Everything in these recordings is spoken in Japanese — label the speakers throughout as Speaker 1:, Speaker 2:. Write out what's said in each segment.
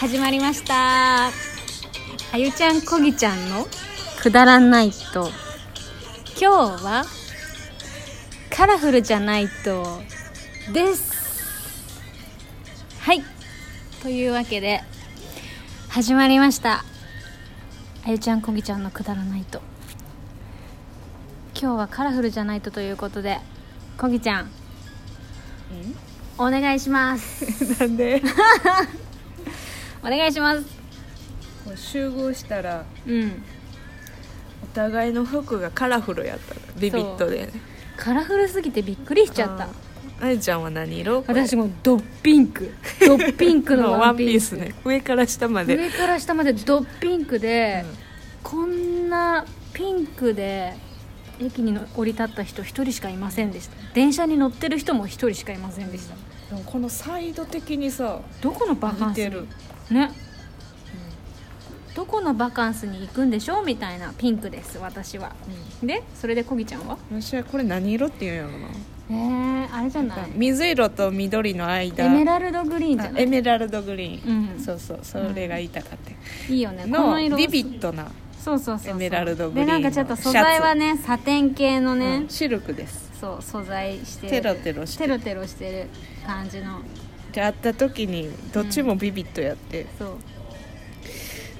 Speaker 1: 始まりましたあゆちゃんこぎちゃんの
Speaker 2: くだらないと
Speaker 1: 今日はカラフルじゃないとですはいというわけで始まりましたあゆちゃんこぎちゃんのくだらないと今日はカラフルじゃないとということでこぎちゃんお願いします
Speaker 3: なんで
Speaker 1: お願いします
Speaker 3: こう集合したら
Speaker 1: うん
Speaker 3: お互いの服がカラフルやったのビビットでね
Speaker 1: カラフルすぎてびっくりしちゃった
Speaker 3: あゆちゃんは何色これ
Speaker 1: 私もドッピンクドッピンク の
Speaker 3: の
Speaker 1: ワ
Speaker 3: ワ
Speaker 1: ン
Speaker 3: ン
Speaker 1: ピ
Speaker 3: ピ
Speaker 1: ー
Speaker 3: ー
Speaker 1: ス
Speaker 3: スね上から下まで
Speaker 1: 上から下までドッピンクで、
Speaker 3: うん
Speaker 1: こんなピンクで駅にの降り立った人一人しかいませんでした電車に乗ってる人も一人しかいませんでした
Speaker 3: でもこのサイド的にさ
Speaker 1: どこのバカン
Speaker 3: 似
Speaker 1: ス
Speaker 3: て
Speaker 1: に
Speaker 3: る
Speaker 1: ねどこのバカンスに行くんでしょうみたいなピンクです私はでそれでこぎちゃんは
Speaker 3: 私はこれ何色って言うんやろな
Speaker 1: えー、あれじゃない
Speaker 3: 水色と緑の間
Speaker 1: エメラルドグリーンじゃ
Speaker 3: あ
Speaker 1: ない
Speaker 3: エメラルドグリーン、
Speaker 1: うん
Speaker 3: そうそうそれが言いたかった、
Speaker 1: いいよねこの色
Speaker 3: のビビットな、
Speaker 1: そうそうそうそう
Speaker 3: エメラルドグリ
Speaker 1: で
Speaker 3: ーンの
Speaker 1: なんかちょっと素材はねサテン系のね、
Speaker 3: うんシルクです
Speaker 1: そう素材してる
Speaker 3: テロテロして
Speaker 1: テロテロしてる感じの
Speaker 3: で会った時にどっちもビビットやって、
Speaker 1: そ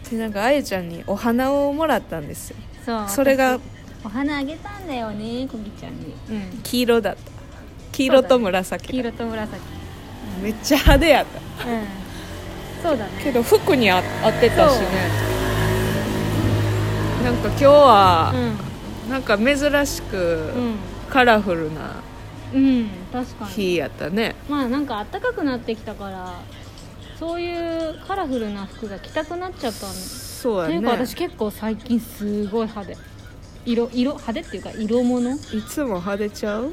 Speaker 1: う
Speaker 3: でなんかあゆちゃんにお花をもらったんですよ
Speaker 1: そう
Speaker 3: それが
Speaker 1: 私お花あげたんだよねこぎちゃんに
Speaker 3: うん黄色だった黄色と
Speaker 1: 黄
Speaker 3: 紫、
Speaker 1: 色と紫
Speaker 3: めっちゃ派手やった
Speaker 1: うんそうだね
Speaker 3: けど服にあ合ってたしねなんか今日は、なんか珍しく
Speaker 1: うん
Speaker 3: カラフルな
Speaker 1: うん、うん、確かに
Speaker 3: 日やったね、
Speaker 1: まあなんか暖かくなってきたからそういうカラフルな服が着たくなっちゃったん
Speaker 3: そう
Speaker 1: と
Speaker 3: や
Speaker 1: いう
Speaker 3: ね
Speaker 1: か私結構最近すごい派手色色派手っていうか色 物
Speaker 3: いつも派手ちゃう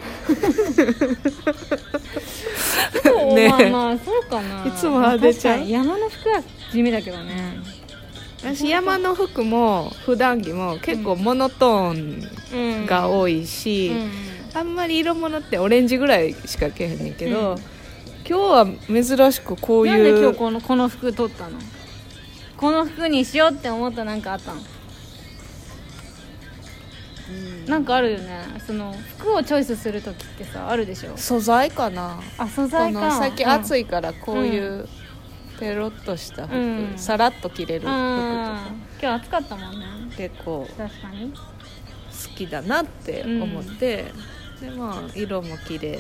Speaker 1: そう、
Speaker 3: ね
Speaker 1: まあまあそうかない
Speaker 3: いつも派手ちゃう
Speaker 1: 山の服は地味だけどね
Speaker 3: 私山の服も普段着も結構モノトー
Speaker 1: うん
Speaker 3: ンが多いし、
Speaker 1: うん
Speaker 3: あんまり色物ってオレンジぐらいしかけへんねんけ
Speaker 1: う
Speaker 3: ど、
Speaker 1: ん
Speaker 3: 今日は珍しくこういう
Speaker 1: なんで今日このこの服取ったのこの服にしようって思ったなんかあったの、なんかあるよねその服をチョイスする時ってさあるでしょ
Speaker 3: 素材かな
Speaker 1: あ素
Speaker 3: こ
Speaker 1: 材
Speaker 3: の
Speaker 1: か
Speaker 3: 先暑
Speaker 1: い
Speaker 3: いからこういうペロッとした服、
Speaker 1: うん
Speaker 3: さらっと着れる服と
Speaker 1: 今
Speaker 3: か
Speaker 1: 日暑かったもんね
Speaker 3: 結構
Speaker 1: 確かに
Speaker 3: 好きだなって思って、でまあ色も綺麗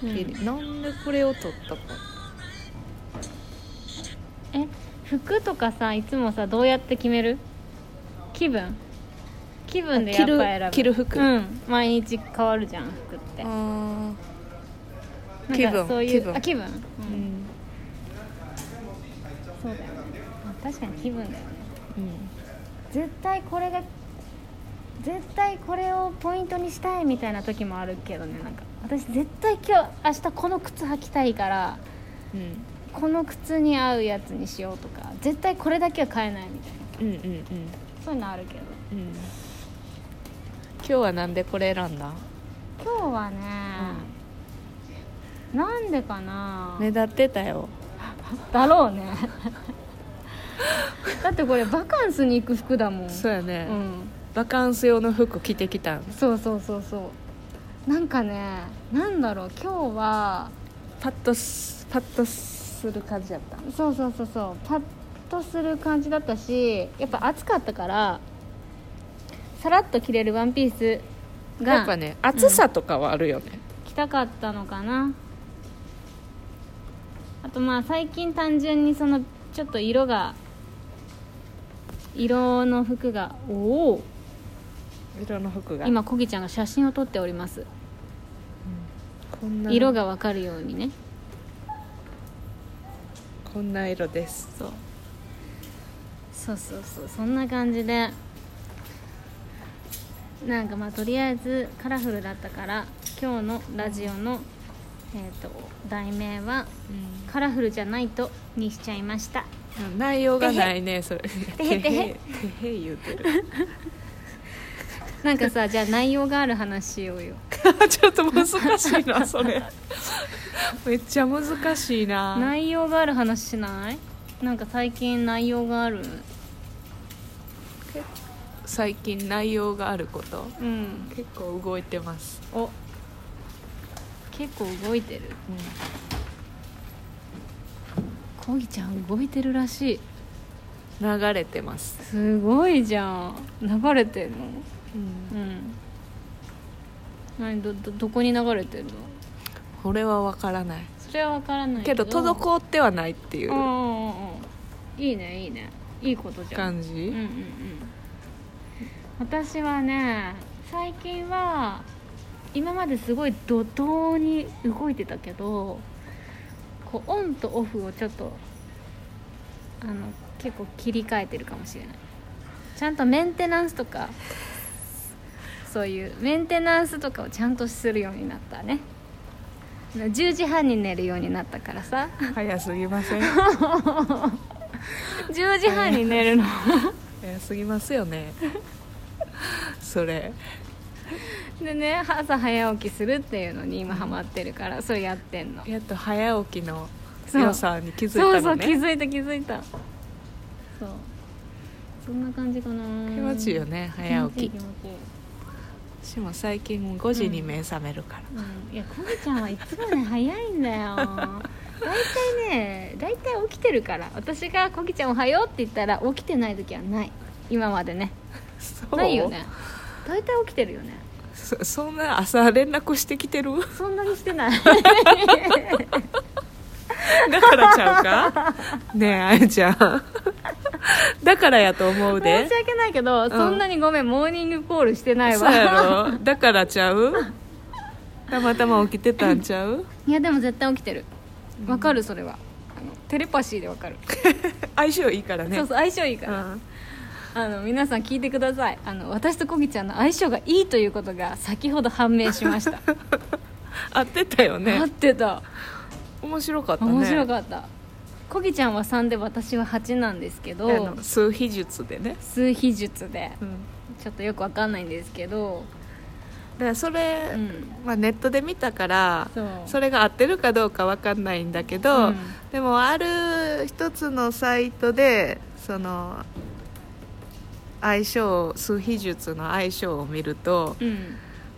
Speaker 3: 綺麗、なんでこれを取ったか
Speaker 1: え服とかさいつもさどうやって決める気分気分でやっぱ選ぶ
Speaker 3: 着る着る服
Speaker 1: うん毎日変わるじゃん服ってなんか
Speaker 3: あ気分
Speaker 1: そういう
Speaker 3: 気分
Speaker 1: あ気分、
Speaker 3: ーう
Speaker 1: うん
Speaker 3: ん、
Speaker 1: そうだよねあ確かに気分だよね
Speaker 3: うん
Speaker 1: 絶対これが絶対これをポイントにしたいみたいな時もあるけどねなんか私絶対今日明日この靴履きたいから
Speaker 3: うん
Speaker 1: この靴に合うやつにしようとか絶対これだけは買えないみたいな
Speaker 3: うんうんうん
Speaker 1: そういうのあるけど
Speaker 3: うん今日はなんでこれ選んだ
Speaker 1: 今日はね、なんでかな、
Speaker 3: 目立ってたよ
Speaker 1: だろう ねだってこれバカンスに行く服だもん
Speaker 3: そうやね、
Speaker 1: うん、
Speaker 3: バカンス用の服着てきたん
Speaker 1: そうそうそうそうなんかねなんだろう今日は
Speaker 3: パッとすパッとする感じやった
Speaker 1: そうそうそうそうパッとする感じだったしやっぱ暑かったからさらっと着れるワンピース
Speaker 3: や
Speaker 1: が
Speaker 3: っぱね暑さとかはあるよね、
Speaker 1: 着たかったのかなあとまあ最近単純にそのちょっと色が色の服がおお
Speaker 3: 色の服が
Speaker 1: 今こぎちゃんが写真を撮っております
Speaker 3: こんな
Speaker 1: 色がわかるようにね
Speaker 3: こんな色です
Speaker 1: そうそうそうそうそんな感じでなんかまあとりあえずカラフルだったから今日のラジオの、えー、と題名は「カラフルじゃないと」にしちゃいました
Speaker 3: 内容がないねそれて
Speaker 1: へてへ
Speaker 3: てへ言うてる
Speaker 1: なんかさじゃあ内容がある話しようよ
Speaker 3: ちょっと難しいなそれめっちゃ難しいな
Speaker 1: 内容がある話しないなんか最近内容がある
Speaker 3: 最近内容があること
Speaker 1: うん
Speaker 3: 結構動いてます、
Speaker 1: お結構動いてるこぎちゃん動いてるらしい
Speaker 3: 流れてます、
Speaker 1: すごいじゃん流れてるのうん何どどどこに流れてるの
Speaker 3: これは分からない
Speaker 1: それは分からない
Speaker 3: け
Speaker 1: けど
Speaker 3: ど滞ってはないってい
Speaker 1: うんう
Speaker 3: うん
Speaker 1: うんうんいいねいいねいいことじゃん
Speaker 3: 感
Speaker 1: う
Speaker 3: じ
Speaker 1: んうんうん私はね最近は今まですごい怒涛に動いてたけどこうオンとオフをちょっとあの結構切り替えてるかもしれないちゃんとメンテナンスとかそういうメンテナンスとかをちゃんとするようになったね10時半に寝るようになったから さ
Speaker 3: 早すぎません
Speaker 1: 10時半に寝るの
Speaker 3: 早すぎますよねそれ
Speaker 1: でね朝早起きするっていうのに今ハマってるからそれやってんの
Speaker 3: やっと早起きの
Speaker 1: そう
Speaker 3: 良さに気づい
Speaker 1: そう
Speaker 3: た
Speaker 1: そ
Speaker 3: の
Speaker 1: う気
Speaker 3: ね
Speaker 1: づいた気づいたそうそんな感じかな
Speaker 3: 気持ちいいよね早
Speaker 1: 気持ちい
Speaker 3: 起
Speaker 1: い
Speaker 3: き
Speaker 1: 気持ちいい
Speaker 3: しも最近5時に目覚めるか
Speaker 1: う
Speaker 3: ら、
Speaker 1: んいやこぎちゃんはいつもね早いんだ よ大体ね大体起きてるから私がこぎちゃんおはようって言ったら起きてない時はない今までね
Speaker 3: そう
Speaker 1: ないよね大体起きてるよね
Speaker 3: そそんな朝連絡してきてる
Speaker 1: そんなにしてない
Speaker 3: だからちゃうかねえあゆちゃんだからやと思うで
Speaker 1: 申し訳ないけど、
Speaker 3: ん
Speaker 1: そんなにごめんモーニングコールしてない
Speaker 3: そう
Speaker 1: わ
Speaker 3: やろだからちゃうたまたま起きてたんちゃう
Speaker 1: いやでも絶対起きてるわかるそれはあのテレパシーでわかる、
Speaker 3: 相性いいからね
Speaker 1: そうそう相性いいから、
Speaker 3: うん
Speaker 1: あの皆さん聞いてくださいあの私とこぎちゃんの相性がいいということが先ほど判明しました、
Speaker 3: 合ってたよ
Speaker 1: 合
Speaker 3: ね
Speaker 1: ってた
Speaker 3: 面白かったね
Speaker 1: 面白かったこぎちゃんは3で私は8なんですけ
Speaker 3: あ
Speaker 1: ど
Speaker 3: の数秘術でね、
Speaker 1: 数秘術で
Speaker 3: うん
Speaker 1: ちょっとよくわかんないんですけど
Speaker 3: だからそれ、
Speaker 1: うん
Speaker 3: まあ、ネットで見たから
Speaker 1: そう
Speaker 3: それが合ってるかどうかわかんないんだけど、
Speaker 1: うん
Speaker 3: でもある一つのサイトでその相性数秘術の相性を見ると
Speaker 1: うん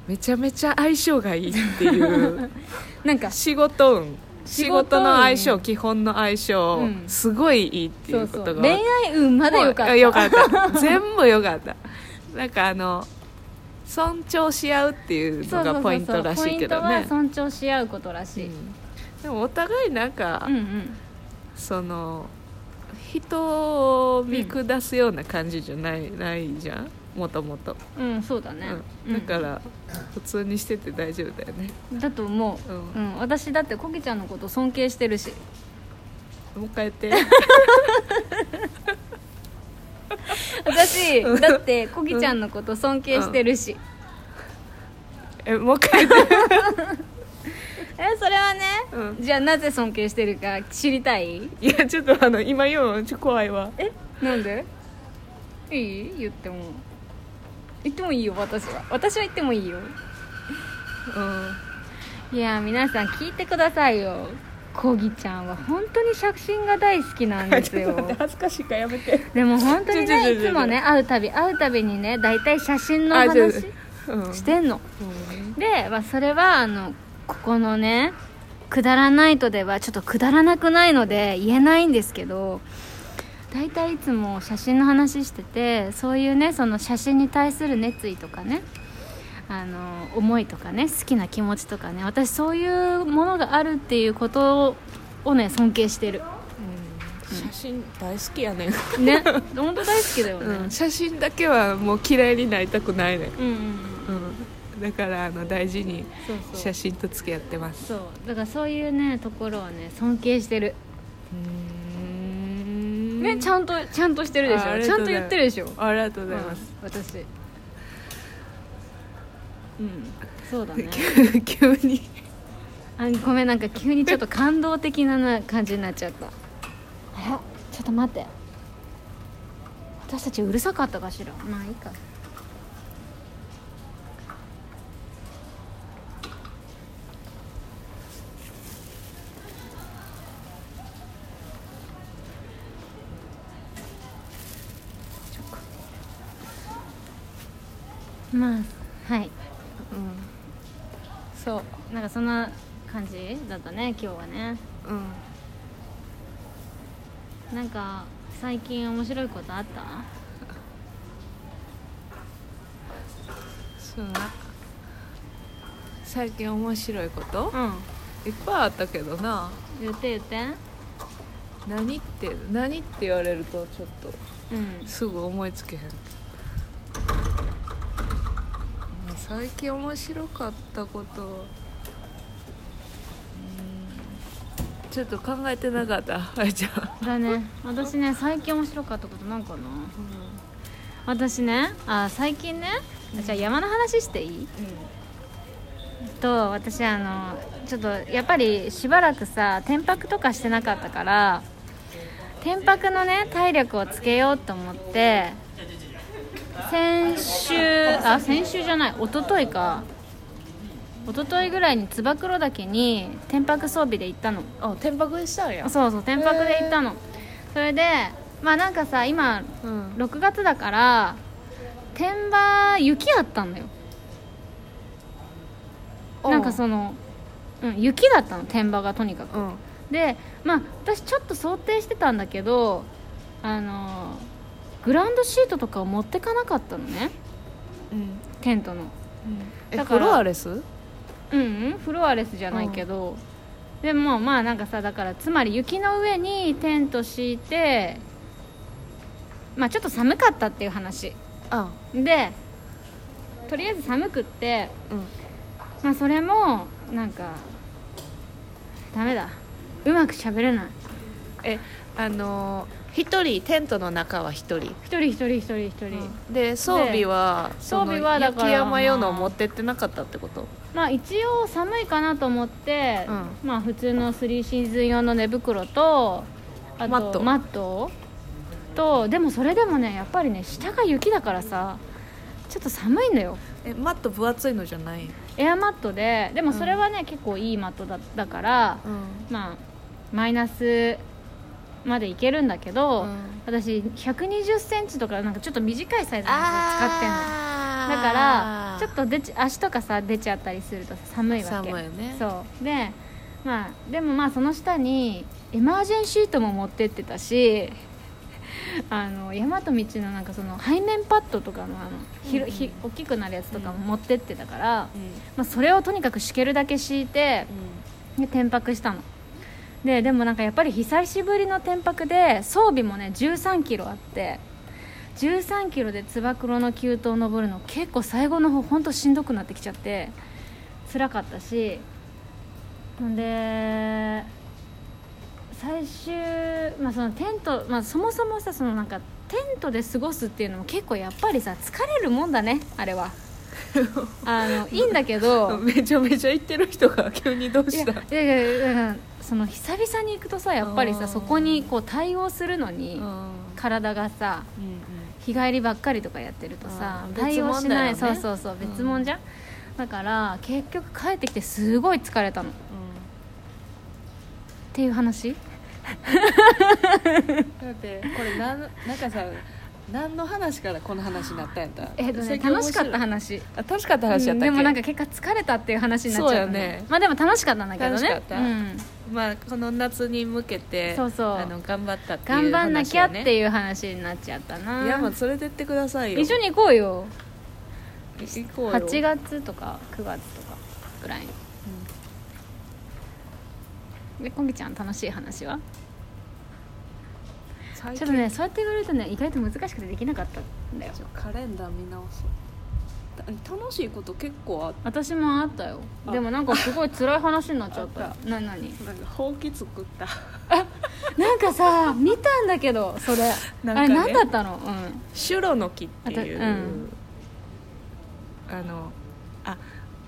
Speaker 3: めちゃめちゃ相性がいいっていう
Speaker 1: なんか
Speaker 3: 仕事運仕
Speaker 1: 仕事運
Speaker 3: 事の相性基本の相性、
Speaker 1: うん
Speaker 3: すごいいいってい
Speaker 1: そうう
Speaker 3: こ
Speaker 1: そ
Speaker 3: と
Speaker 1: う
Speaker 3: が分
Speaker 1: 恋
Speaker 3: かっ
Speaker 1: 愛運まだよかった
Speaker 3: もうよかった 全部よかったなんかあの尊重し合うっていう
Speaker 1: そ
Speaker 3: の
Speaker 1: うそうそうそ
Speaker 3: が
Speaker 1: う
Speaker 3: ポイントらしいけど
Speaker 1: ポイン
Speaker 3: ね
Speaker 1: トは尊重し合うことらしい、うん、
Speaker 3: うんでもお互いなんか、
Speaker 1: うん
Speaker 3: その人を見下すような感じじゃない,、ないじゃんもともと、
Speaker 1: うんそうだね、
Speaker 3: うんだから普通にしてて大丈夫だよね、
Speaker 1: うんだと思う、
Speaker 3: う
Speaker 1: うんん私だってこぎちゃんのこと尊敬して るし
Speaker 3: もう一回や って
Speaker 1: 私だってこぎちゃんのこと尊敬してるし、
Speaker 3: えもう一回やって、
Speaker 1: えそれはね、
Speaker 3: うん
Speaker 1: じゃあなぜ尊敬してるか知りたい
Speaker 3: いやちょっとあの今言うのちょっと怖いわ
Speaker 1: えなんでいい言っても言ってもいいよ私は私は言ってもいいよ
Speaker 3: うん
Speaker 1: いやー皆さん聞いてくださいよこぎちゃんは本当に写真が大好きなんです
Speaker 3: ちょっと待って
Speaker 1: よ
Speaker 3: 恥ずかしいからやめて
Speaker 1: でも本当に
Speaker 3: ちょちょ
Speaker 1: ね
Speaker 3: ち
Speaker 1: い
Speaker 3: ょちょ
Speaker 1: つもね会うたび会うたびにね大体写真のお
Speaker 3: あちょ
Speaker 1: 話
Speaker 3: っとうん
Speaker 1: してんの
Speaker 3: うん
Speaker 1: で、まあ、それはあのここのね「くだらないと」ではちょっとくだらなくないので言えないんですけど大体いつも写真の話しててそういうねその写真に対する熱意とかねあの思いとかね好きな気持ちとかね私そういうものがあるっていうことをね尊敬してる
Speaker 3: 写真大好きやねん、
Speaker 1: ね本当大好きだよね、
Speaker 3: うん、写真だけはもう嫌いになりたくないねん、
Speaker 1: うん、うんうん
Speaker 3: うん、だからあの大事に
Speaker 1: そうそう
Speaker 3: 写真と付き合ってます
Speaker 1: そうだからそういうねところをね尊敬してるね、ち
Speaker 3: ん
Speaker 1: ゃんとちゃんとしてるでしょ
Speaker 3: ああり
Speaker 1: ち
Speaker 3: が
Speaker 1: ゃ
Speaker 3: とうんご
Speaker 1: と言
Speaker 3: ざいます
Speaker 1: ってるでしょ
Speaker 3: ありがとうございます、
Speaker 1: うん私うん そうだね
Speaker 3: 急に
Speaker 1: あごめんなんか急にちょっと感動的なな感じになっちゃったあらちょっと待って私たちうるさかったかしらまあいいかまあはい
Speaker 3: うんそう
Speaker 1: なんかそんな感じだったね今日はね
Speaker 3: うん
Speaker 1: なんか最近面白いことあった
Speaker 3: そうなんか最近面白いこと
Speaker 1: うん
Speaker 3: いっぱいあったけどな
Speaker 1: 言って言って
Speaker 3: 何って何って言われるとちょっ
Speaker 1: うん
Speaker 3: とすぐ思いつけへんまあ最近面白かったことうーんちょっと考えてなかったあいちゃん、
Speaker 1: だね私ね最近面白かったことなんかな私ねあ最近ねじゃあ山の話していいと私あのちょっとやっぱりしばらくさ天白とかしてなかったから天白のね体力をつけようと思って先週あ先週じゃない一昨日か一昨日ぐらいに燕岳に天白装備で行ったの
Speaker 3: うん、あ天白したんや
Speaker 1: そうそう天白で行ったのそれでまあなんかさ今
Speaker 3: うん
Speaker 1: 6月だから天場雪あったんだよなんかその、うん、雪だったの天場がとにかく
Speaker 3: うん
Speaker 1: でまあ私ちょっと想定してたんだけどあのグランドシートとかを持ってかなかったのね
Speaker 3: うん
Speaker 1: テントの
Speaker 3: え
Speaker 1: だ
Speaker 3: フ
Speaker 1: から
Speaker 3: ロアレス
Speaker 1: うん、うん、フロアレスじゃないけど、でもまあなんかさだからつまり雪の上にテント敷いてまあちょっと寒かったっていう話
Speaker 3: あ
Speaker 1: でとりあえず寒くって
Speaker 3: うん
Speaker 1: まあそれもなんかダメだうまく喋れない
Speaker 3: えあのー一人テントの中は一人
Speaker 1: 一人一人一人一人、
Speaker 3: で装備はその
Speaker 1: 装備はだから
Speaker 3: 雪山用のを
Speaker 1: まあ
Speaker 3: 持ってってなかったってこと
Speaker 1: まあ一応寒いかなと思って、
Speaker 3: う
Speaker 1: まあ普通の3シーズン用の寝袋とあと
Speaker 3: マット
Speaker 1: マットとでもそれでもねやっぱりね下が雪だからさちょっと寒いんだよ
Speaker 3: えマット分厚いのじゃない
Speaker 1: エアマットででもそれはね、結構いいマットだだから、
Speaker 3: うん
Speaker 1: まあマイナスまでいけるんだけど、
Speaker 3: うん
Speaker 1: 私1 2 0ンチとかなんかちょっと短いサイズのやつ使ってんのよだから
Speaker 3: あー
Speaker 1: ちょっと出ち足とかさ出ちゃったりすると寒いわけ
Speaker 3: 寒いよね
Speaker 1: そうでまあでもまあその下にエマージェンシートも持ってってたし あの山と道のなんかその背面パッドとかのあの、ひろひ大きくなるやつとかも持ってってたから、まあ、それをとにかく敷けるだけ敷いてで転泊したのででもなんかやっぱり久しぶりの転泊で装備もね1 3キロあって1 3キロでつば九郎の急登を登るの結構最後の方ほんとしんどくなってきちゃって辛かったしほんで最終、まあ、そのテント、まあ、そもそもさそのなんかテントで過ごすっていうのも結構やっぱりさ疲れるもんだねあれ はあのいいんだけど
Speaker 3: うんめちゃめちゃ行ってる人が急にどう
Speaker 1: いや
Speaker 3: した
Speaker 1: いやいやいやいやその久々に行くとさやっぱり
Speaker 3: あー
Speaker 1: さそこにこう対応するのに
Speaker 3: うん
Speaker 1: 体がさ
Speaker 3: うん
Speaker 1: 日帰りばっかりとかやってるとさ
Speaker 3: あー
Speaker 1: 対応しない、
Speaker 3: 別
Speaker 1: そう
Speaker 3: 物だよね
Speaker 1: そうそう
Speaker 3: うん
Speaker 1: 別物じゃん、だから結局帰ってきてすごい疲れたのっ
Speaker 3: う
Speaker 1: ていう話
Speaker 4: だってこれなんなんかさ何の話からこの話になったんやった
Speaker 1: えっとね
Speaker 4: 最近面白い
Speaker 1: 楽しかった話
Speaker 3: んあ楽しかった話や
Speaker 1: うん
Speaker 3: ったっけ
Speaker 1: でもなんか結果疲れたっていう話になっちゃった
Speaker 3: そうよね
Speaker 1: まあでも楽しかったんだけどね
Speaker 3: 楽しかった
Speaker 1: うん、
Speaker 3: まあこの夏に向けて
Speaker 1: そうそう
Speaker 3: あの頑張ったってい
Speaker 1: 頑
Speaker 3: う話
Speaker 1: 張んなきゃっ
Speaker 3: い
Speaker 1: ていう話になっちゃったな
Speaker 3: やまあ連れてってくださいよ
Speaker 1: 一緒に行こうよ
Speaker 3: 行こうよ
Speaker 1: 8月とか9月とかぐらいに、でこんぎちゃん楽しい話は
Speaker 3: 最
Speaker 1: ちょ
Speaker 3: 近
Speaker 1: っとねそうやって言われるとね意外と難しくてできなかったんだよ
Speaker 4: じゃあカレンダー見直そうた楽しいこと結構あっ
Speaker 1: 私もあったよ
Speaker 4: あ
Speaker 1: でもなんかすごい辛い話になっちゃった
Speaker 4: あっ
Speaker 1: ななに
Speaker 4: たなんかほうき作った
Speaker 1: なんかさ見たんだけどそれ、
Speaker 3: なん
Speaker 1: あれ
Speaker 3: かね
Speaker 1: 何だったのうん
Speaker 3: シュロの木っていう
Speaker 1: あとうん
Speaker 3: あのあ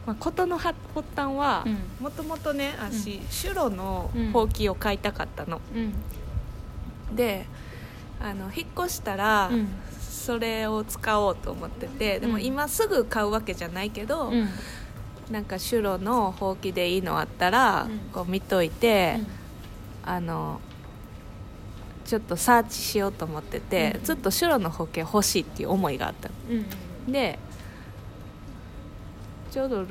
Speaker 3: まあ、事の発端は
Speaker 1: うん
Speaker 3: もともとね私、
Speaker 1: う
Speaker 3: シュロのほうきを買いたかったの、
Speaker 1: うん
Speaker 3: であの引っ越したら、
Speaker 1: うん
Speaker 3: それを使おうと思っててでも
Speaker 1: うん
Speaker 3: 今すぐ買うわけじゃないけど、
Speaker 1: うん
Speaker 3: なんかシュロのほうきでいいのあったら、
Speaker 1: うん
Speaker 3: こう見といて、あのちょっとサーチしようと思ってて、
Speaker 1: うん
Speaker 3: ずっとシュロのほうき欲しいっていう思いがあったの
Speaker 1: うん
Speaker 3: でちょうどえっ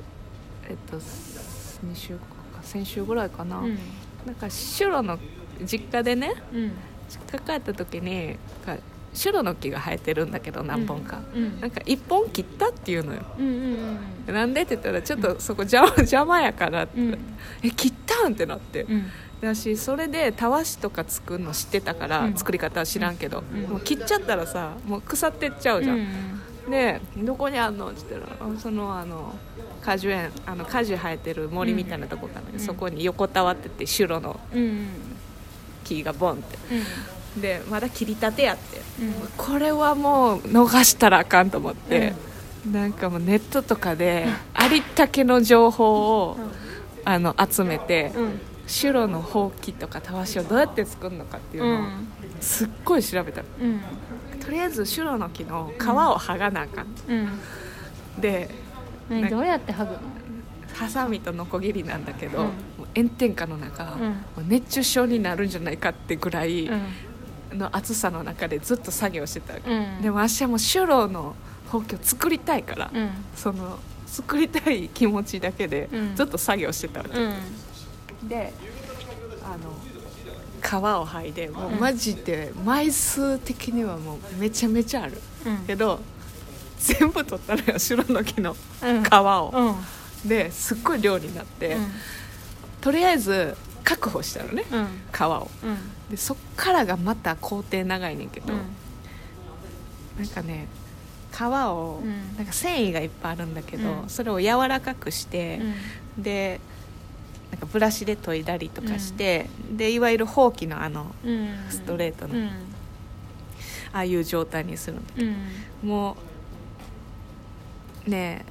Speaker 3: と2週間か先週ぐらいかな、
Speaker 1: うん
Speaker 3: なんかシュロの実家でね
Speaker 1: うん
Speaker 3: 実家帰った時になんかシュロの木が生えてるんだけど何本か、
Speaker 1: うん
Speaker 3: なんか1本切ったっていうのよ
Speaker 1: うんうん
Speaker 3: なんでって言ったらちょっとそこ邪魔邪魔やからって、
Speaker 1: うん
Speaker 3: え切ったんってなって、
Speaker 1: うん
Speaker 3: だしそれでたわしとか作るの知ってたから、
Speaker 1: うん
Speaker 3: 作り方は知らんけど、
Speaker 1: ん
Speaker 3: もう切っちゃったらさもう腐ってっちゃうじゃん、
Speaker 1: ん
Speaker 3: でどこにあんのって言ったらあそのあの果樹園あの果樹生えてる森みたいなとこがあるんだけど、
Speaker 1: うん
Speaker 3: そこに横たわっててシュロの
Speaker 1: うんうん
Speaker 3: 木がボンってでまだ切りたてやって
Speaker 1: うん
Speaker 3: これはもう逃したらあかんと思って、なんかもうネットとかでありったけの情報を、あの集めて、
Speaker 1: うん
Speaker 3: シュロのほうきとかたわしをどうやって作るのかっていう
Speaker 1: う
Speaker 3: のを
Speaker 1: ん
Speaker 3: すっごい調べた、
Speaker 1: うん
Speaker 3: とりあえずシュロの木の皮を剥がなあかん、
Speaker 1: うん
Speaker 3: で
Speaker 1: 何どうやって剥ぐの
Speaker 3: ハサミとノコギリなんだけど、
Speaker 1: うん
Speaker 3: もう炎天下の中、
Speaker 1: うん
Speaker 3: もう熱中症になるんじゃないかってぐらいの暑さの中でずっと作業してたわけ、
Speaker 1: うん
Speaker 3: でも私はもうシュロのほうきを作りたいから、
Speaker 1: うん
Speaker 3: その作りたい気持ちだけで
Speaker 1: うん
Speaker 3: ずっと作業してたわけ、
Speaker 1: うん
Speaker 3: であの皮を剥いでもうマジで枚数的にはもうめちゃめちゃある
Speaker 1: うん
Speaker 3: けど全部取ったのよシュロの木の
Speaker 1: うん
Speaker 3: 皮を、
Speaker 1: うん
Speaker 3: ですっごい量になって、とりあえず確保したのね
Speaker 1: うん
Speaker 3: 皮を
Speaker 1: うん
Speaker 3: でそっからがまた工程長いねんけど、なんかね皮を、
Speaker 1: うん
Speaker 3: なんか繊維がいっぱいあるんだけど、
Speaker 1: うん
Speaker 3: それを柔らかくして、
Speaker 1: うん
Speaker 3: でなんかブラシで研いだりとかして、でいわゆるほうきのあの
Speaker 1: うん
Speaker 3: ストレートの
Speaker 1: うん
Speaker 3: ああいう状態にするの
Speaker 1: うん
Speaker 3: もうね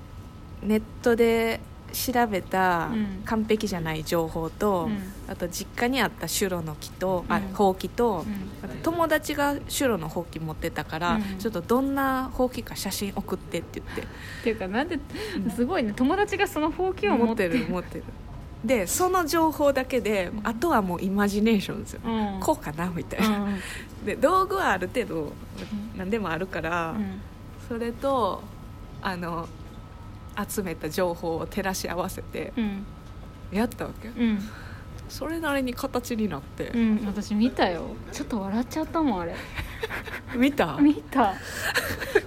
Speaker 3: えネットで調べた
Speaker 1: うん
Speaker 3: 完璧じゃない情報と、
Speaker 1: うん
Speaker 3: あと実家にあったシュロの木と、あ
Speaker 1: うん
Speaker 3: ほうきと、
Speaker 1: うん
Speaker 3: あと友達がシュロのほうき持ってたから、
Speaker 1: うん
Speaker 3: ちょっとどんなほうきか写真送ってって言って
Speaker 1: っていうかなんですごいね友達がそのほうきを持って
Speaker 3: 持ってる持ってるでその情報だけであとはもうイマジネーションですよ、
Speaker 1: うん
Speaker 3: こうかなみたいうな、
Speaker 1: ん
Speaker 3: で道具はある程度何でもあるから、
Speaker 1: うん
Speaker 3: それとあの集めた情報を照らし合わせて
Speaker 1: うん
Speaker 3: やったわけ、
Speaker 1: うん
Speaker 3: それなりに形になって
Speaker 1: う、ん私見たよちょっと笑っちゃったもんあれ
Speaker 3: 見た
Speaker 1: 見た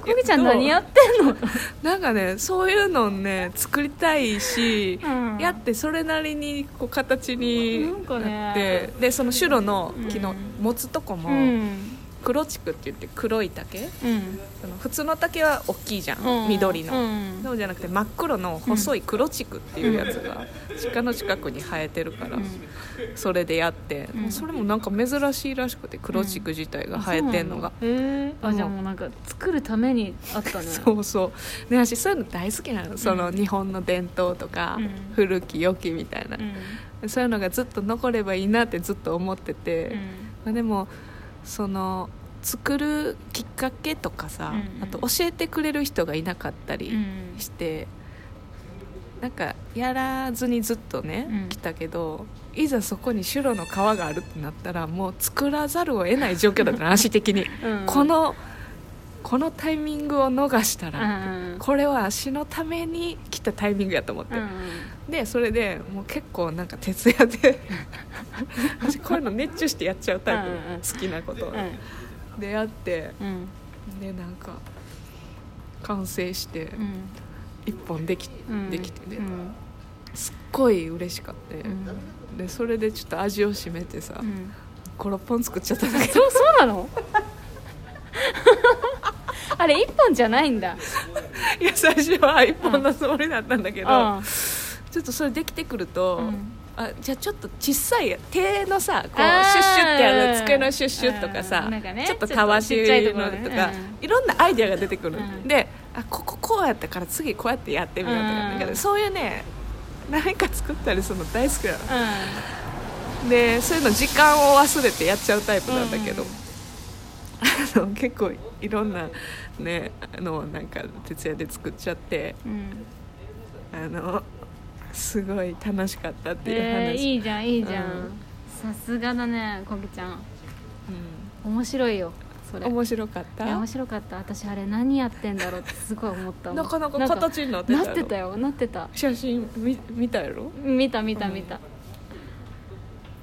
Speaker 1: こぎちゃん
Speaker 3: どう
Speaker 1: 何やってんの
Speaker 3: なんかねそういうのね作りたいし、
Speaker 1: うん
Speaker 3: やってそれなりにこう形に
Speaker 1: なんかね
Speaker 3: なってでそのシュロの木の
Speaker 1: うん
Speaker 3: 持つとこも、
Speaker 1: うん
Speaker 3: 黒竹って言って黒い竹
Speaker 1: うん
Speaker 3: その普通の竹は大きいじゃん、
Speaker 1: うん
Speaker 3: 緑の、
Speaker 1: うん
Speaker 3: そうじゃなくて真っ黒の細い黒竹っていうやつが実家の近くに生えてるから、それでやって、
Speaker 1: うん
Speaker 3: それもなんか珍しいらしくて黒竹自体が生えてんのが、
Speaker 1: あそうなんだへえあじゃあもうなんか作るためにあったね
Speaker 3: そうそうね私そういうの大好きなのその日本の伝統とか、
Speaker 1: うん
Speaker 3: 古き良きみたいな
Speaker 1: う、ん
Speaker 3: そういうのがずっと残ればいいなってずっと思ってて、
Speaker 1: うん
Speaker 3: まあ、でもその作るきっかけとかさ、
Speaker 1: うん
Speaker 3: あと教えてくれる人がいなかったり
Speaker 1: うん
Speaker 3: して、なんかやらずにずっとね、
Speaker 1: うん
Speaker 3: 来たけどいざそこにシュロの皮があるってなったらもう作らざるを得ない状況だったの 足的に、
Speaker 1: うん
Speaker 3: このこのタイミングを逃した
Speaker 1: う
Speaker 3: ら、
Speaker 1: ん
Speaker 3: これは足のために来たタイミングやと思っ
Speaker 1: う
Speaker 3: て、
Speaker 1: ん
Speaker 3: でそれでもう結構なんか徹夜で 私こういうの熱中してやっちゃうタイプ、
Speaker 1: うんうん
Speaker 3: 好きなことを、
Speaker 1: うん
Speaker 3: でやって
Speaker 1: うん
Speaker 3: でなんか完成して
Speaker 1: うん
Speaker 3: 一本でき,、
Speaker 1: うん
Speaker 3: できてね、
Speaker 1: うん
Speaker 3: すっごい嬉しかった、
Speaker 1: うん
Speaker 3: でそれでちょっと味をしめてさ、
Speaker 1: うん
Speaker 3: 56本作っちゃった んだけど
Speaker 1: そうそうなの あれ一本じゃないんだ
Speaker 3: いや最初は1本のつもりだったんだけど、
Speaker 1: あ
Speaker 3: ちょっとそれできてくると、
Speaker 1: うん
Speaker 3: あじゃあちょっと小さい手のさこうシュ
Speaker 1: あー
Speaker 3: ッシュッってやる机のシュッシュッとかさ
Speaker 1: うんなんかね
Speaker 3: ちょっとたわし
Speaker 1: ちょっとちっ
Speaker 3: の
Speaker 1: ちゃいところね
Speaker 3: とか
Speaker 1: う
Speaker 3: いろんなアイデアが出てくる、
Speaker 1: うん
Speaker 3: であこここうやったから次こうやってやってみようとか,、なん
Speaker 1: う
Speaker 3: か
Speaker 1: ん
Speaker 3: そういうね何か作ったりするの大好きなの
Speaker 1: う
Speaker 3: でそういうの時間を忘れてやっちゃうタイプなんだけど、
Speaker 1: うん
Speaker 3: あの結構いろんなねあのなんか徹夜で作っちゃって
Speaker 1: んうん
Speaker 3: あのすごい楽しかったっていう話。
Speaker 1: えーいいじゃんいいじゃん、
Speaker 3: う
Speaker 1: さ
Speaker 3: ん
Speaker 1: すがだねこぎちゃん
Speaker 3: うん
Speaker 1: 面白いよそれい
Speaker 3: 面白かった
Speaker 1: や面白かった私あれ何やってんだろうってすごい思ったもん
Speaker 3: なかなか形になってた
Speaker 1: な
Speaker 3: よ
Speaker 1: ってたよなってた
Speaker 3: 写真見見たやろ
Speaker 1: 見た見た見た、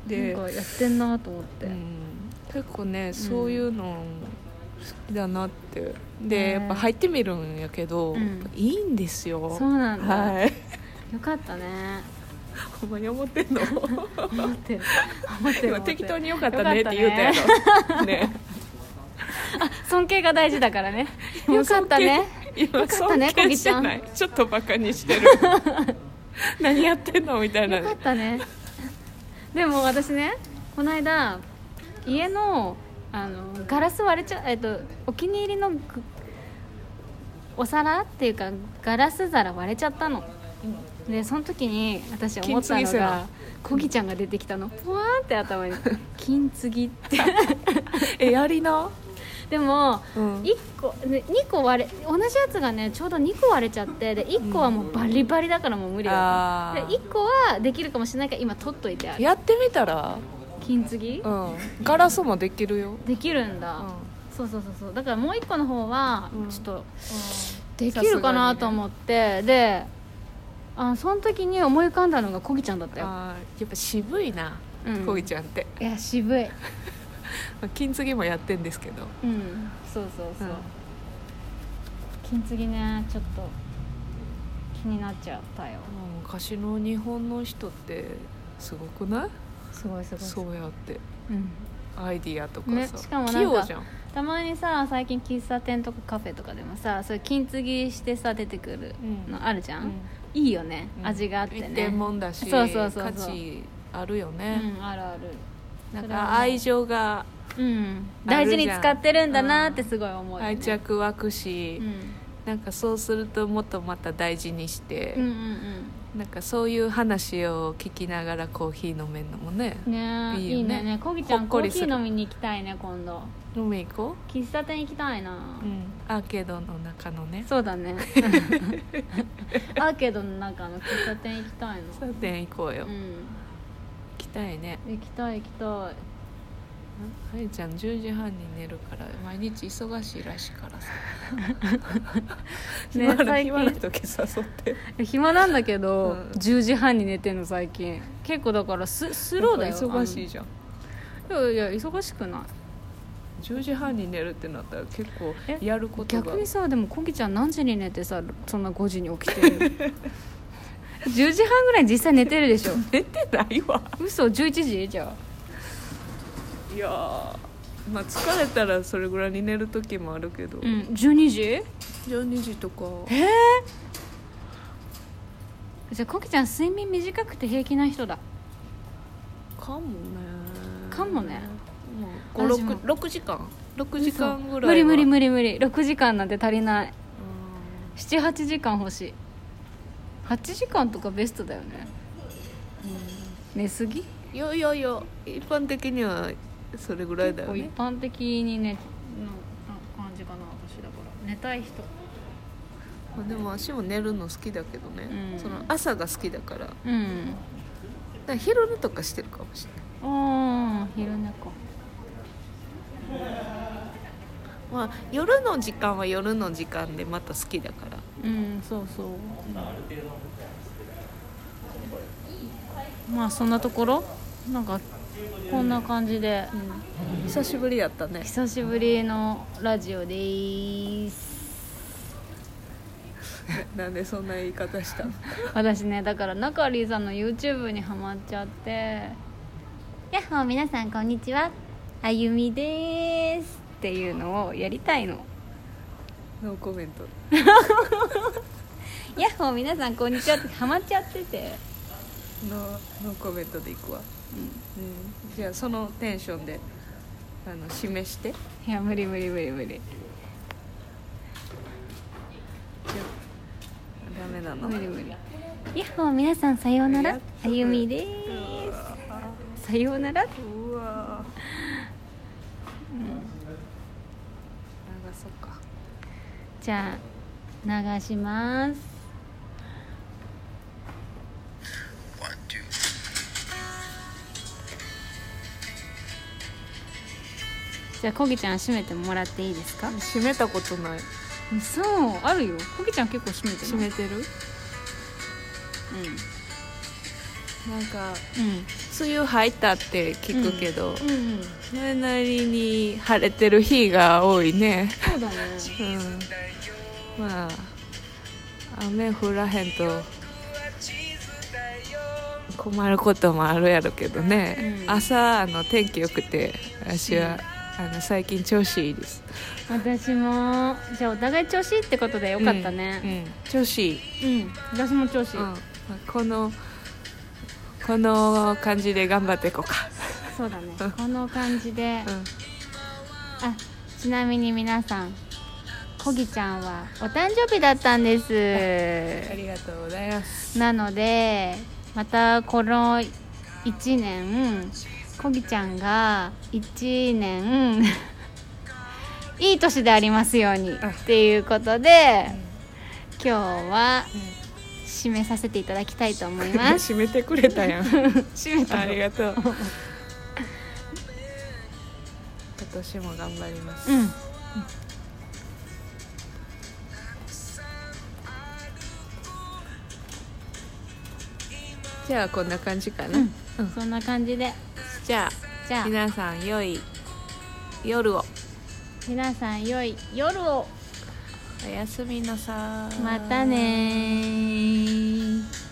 Speaker 3: で
Speaker 1: なんかやってんなと思って、
Speaker 3: うん結構ねそういうの好きだなってで
Speaker 1: ね
Speaker 3: やっぱ入ってみるんやけど、
Speaker 1: うん
Speaker 3: やっぱいいんですよ
Speaker 1: そうなんだ、
Speaker 3: はい
Speaker 1: よかった ね
Speaker 3: ほんまに思って んの
Speaker 1: 思ってる思ってる
Speaker 3: 今
Speaker 1: 思ってる
Speaker 3: 適当によかったねって言うたやろね
Speaker 1: 尊敬が大事だからね よかったね
Speaker 3: 今
Speaker 1: よかったね
Speaker 3: 尊敬してないちょっとバカに してる何やってんのみたいな
Speaker 1: よかったね でも私ねこの間家のあのガラス割れちゃえっとお気に入りのぐお皿っていうかガラス皿割れちゃったのでその時に私思った
Speaker 3: 金継
Speaker 1: の
Speaker 3: ぎ皿
Speaker 1: がこぎちゃんが出てきたのポワーンって 頭に「金継ぎ」って
Speaker 3: えやりな、
Speaker 1: でも
Speaker 3: うん
Speaker 1: 一個ね2個割れ同じやつがねちょうど2個割れちゃってで1個はもうバリバリだからもう無理だ
Speaker 3: あ
Speaker 1: ね
Speaker 3: ー
Speaker 1: で1個はできるかもしれないから今取っといてある
Speaker 3: やってみたら、
Speaker 1: 金継ぎ
Speaker 3: うん、ガラスもできるよ、
Speaker 1: できるん
Speaker 3: う
Speaker 1: だ、
Speaker 3: ん
Speaker 1: そうそうそうそうだからもう1個の方は
Speaker 3: うん
Speaker 1: ちょっとできるかなと思って、であその時に思い浮かんだのがこぎちゃんだったよ、
Speaker 3: あーやっぱ渋いな
Speaker 1: うん、
Speaker 3: こぎちゃんって、
Speaker 1: いや渋い
Speaker 3: まあ金継ぎもやってんですけど
Speaker 1: うんそうそうそう、
Speaker 3: うん
Speaker 1: 金継ぎねちょっと気になっちゃったよ
Speaker 3: 昔の日本の人ってすごくない
Speaker 1: すごいすごい
Speaker 3: そうやって
Speaker 1: うん、
Speaker 3: アイディアとか
Speaker 1: ね
Speaker 3: さ、
Speaker 1: しかもなんか
Speaker 3: 器用じゃん
Speaker 1: たまにさ最近喫茶店とかカフェとかでもさそういう金継ぎしてさ出てくるのあるじゃん、いいよね、
Speaker 3: うん
Speaker 1: 味があって
Speaker 3: 一
Speaker 1: ね
Speaker 3: 点もんだし
Speaker 1: そうそうそうそう
Speaker 3: 価値あるよね、
Speaker 1: うんあるある
Speaker 3: なんか愛情が
Speaker 1: うん大事に使ってるんだなってすごい思うよね、
Speaker 3: 愛着湧くし、
Speaker 1: うん、
Speaker 3: なんかそうするともっとまた大事にして、
Speaker 1: うんうん
Speaker 3: なんかそういう話を聞きながらコーヒー飲めるのもね
Speaker 1: うんねえい
Speaker 3: い
Speaker 1: い
Speaker 3: いよね
Speaker 1: ねねこぎちゃ
Speaker 3: ほ
Speaker 1: ん
Speaker 3: っ
Speaker 1: コ
Speaker 3: こ
Speaker 1: ー
Speaker 3: りす
Speaker 1: ヒ
Speaker 3: る
Speaker 1: ー飲みに行きたいね今度
Speaker 3: 飲み行こ
Speaker 1: 喫茶店行きたいな、
Speaker 3: う、うん、アーケードの中のね
Speaker 1: そうだ ねアーケードの中の喫茶店行きたいの
Speaker 3: 喫茶店行こうよ、
Speaker 1: う
Speaker 3: 行
Speaker 1: ん
Speaker 3: きたいね
Speaker 1: 行きたい行きたい
Speaker 3: あゆちゃん10時半に寝るから毎日忙しいらしいからさ 暇な
Speaker 1: 最近
Speaker 3: 暇な時誘って
Speaker 1: 暇なんだけど、
Speaker 3: うん
Speaker 1: 10時半に寝てんの最近結構だからススローだよ
Speaker 3: なんか忙しいじゃん
Speaker 1: あのいやいや忙しくない
Speaker 3: 10時半に寝るってなったら結構
Speaker 1: え
Speaker 3: やることが
Speaker 1: 逆にさでもこぎちゃん何時に寝てさそんな5時に起きてる 10時半ぐらいに実際寝てるでしょ
Speaker 3: 寝てないわ
Speaker 1: 嘘11時じゃ
Speaker 3: いやーまあ疲れたらそれぐらいに寝る時もあるけど、
Speaker 1: あ、うん、12時
Speaker 3: 12時とか
Speaker 1: じゃあこぎちゃん睡眠短くて平気な人だ
Speaker 3: かもね
Speaker 1: かもね
Speaker 3: もう
Speaker 1: 私も
Speaker 3: 6, 6時間6時間ぐらい
Speaker 1: 無理無理
Speaker 3: 理
Speaker 1: 無理無理6時間なんて足りない78時間欲しい8時間とかベストだよね、寝すぎ
Speaker 3: いやいやいや一般的にはそれぐらい
Speaker 1: 結
Speaker 3: だよ
Speaker 1: 構
Speaker 3: ね
Speaker 1: 一般的にねの感じかな私だから寝たい人
Speaker 3: まあでも足も寝るの好きだけどね、
Speaker 1: うん
Speaker 3: その朝が好きだからだか
Speaker 1: うん
Speaker 3: ら昼寝とかしてるかもしれない
Speaker 1: ああ昼寝か
Speaker 3: まあ夜の時間は夜の時間でまた好きだから
Speaker 1: うんそうそう、まあそんなところなんかこんな感じで、
Speaker 3: 久しぶりやったね
Speaker 1: 久しぶりのラジオでーす
Speaker 3: なんでそんな言い方したの
Speaker 1: 私ねだから中里さんの YouTube にハマっちゃって「やっほー皆さんこんにちはあゆみでーす」っていうのをやりたいの。
Speaker 3: ノーコメント
Speaker 1: ヤッホー皆さんこんにちはってハマっちゃってて
Speaker 3: ノーノーコメントでいくわ、うんじゃあそのテンションであの示してじ
Speaker 1: いや無理無理無理無理
Speaker 3: ゃあダメなの
Speaker 1: 無理無理ヤッホー皆さんさような
Speaker 3: や
Speaker 1: ら
Speaker 3: っ
Speaker 1: あ
Speaker 3: と
Speaker 1: ゆみですさようなら
Speaker 3: うわ流そうか
Speaker 1: じゃあ流しますじゃあこぎちゃん閉めてもらっていいですか
Speaker 3: 閉めたことない
Speaker 1: そうあるよこぎちゃん結構閉めて
Speaker 3: 閉
Speaker 1: る
Speaker 3: めてるなんか梅雨入ったって聞くけど、
Speaker 1: うん、うんうん、
Speaker 3: それなりに晴れてる日が多いね
Speaker 1: そうだね
Speaker 3: うんまあ雨降らへんと困ることもあるやろけどね、
Speaker 1: うん
Speaker 3: 朝あの天気良くて私は、あの最近調子いいです
Speaker 1: 私もじゃあお互い調子いいってことでよかったね
Speaker 3: うんうん調子いい、
Speaker 1: うん、私も調子いい、
Speaker 3: うんこのこの感じで頑張っていこうか、
Speaker 1: そうだね
Speaker 3: うん
Speaker 1: この感じで、
Speaker 3: うん
Speaker 1: あちなみに皆さんこぎちゃんはお誕生日だったんです
Speaker 3: ありがとうございます
Speaker 1: なのでまたこの1年こぎちゃんが1年いい年でありますように
Speaker 3: あ
Speaker 1: っていうことで今日は締めさせていただきたいと思います
Speaker 3: 閉めてくれたや ん
Speaker 1: 締めた
Speaker 3: あり
Speaker 1: の
Speaker 3: が とう今年も頑張ります、
Speaker 1: うん
Speaker 3: じゃあこんな感じかな、
Speaker 1: うんそんな感じで
Speaker 3: じゃ
Speaker 1: じゃ
Speaker 3: あ
Speaker 1: あ
Speaker 3: 皆さん良い夜を
Speaker 1: 皆さん良い夜を
Speaker 3: おやすみなさい
Speaker 1: またねー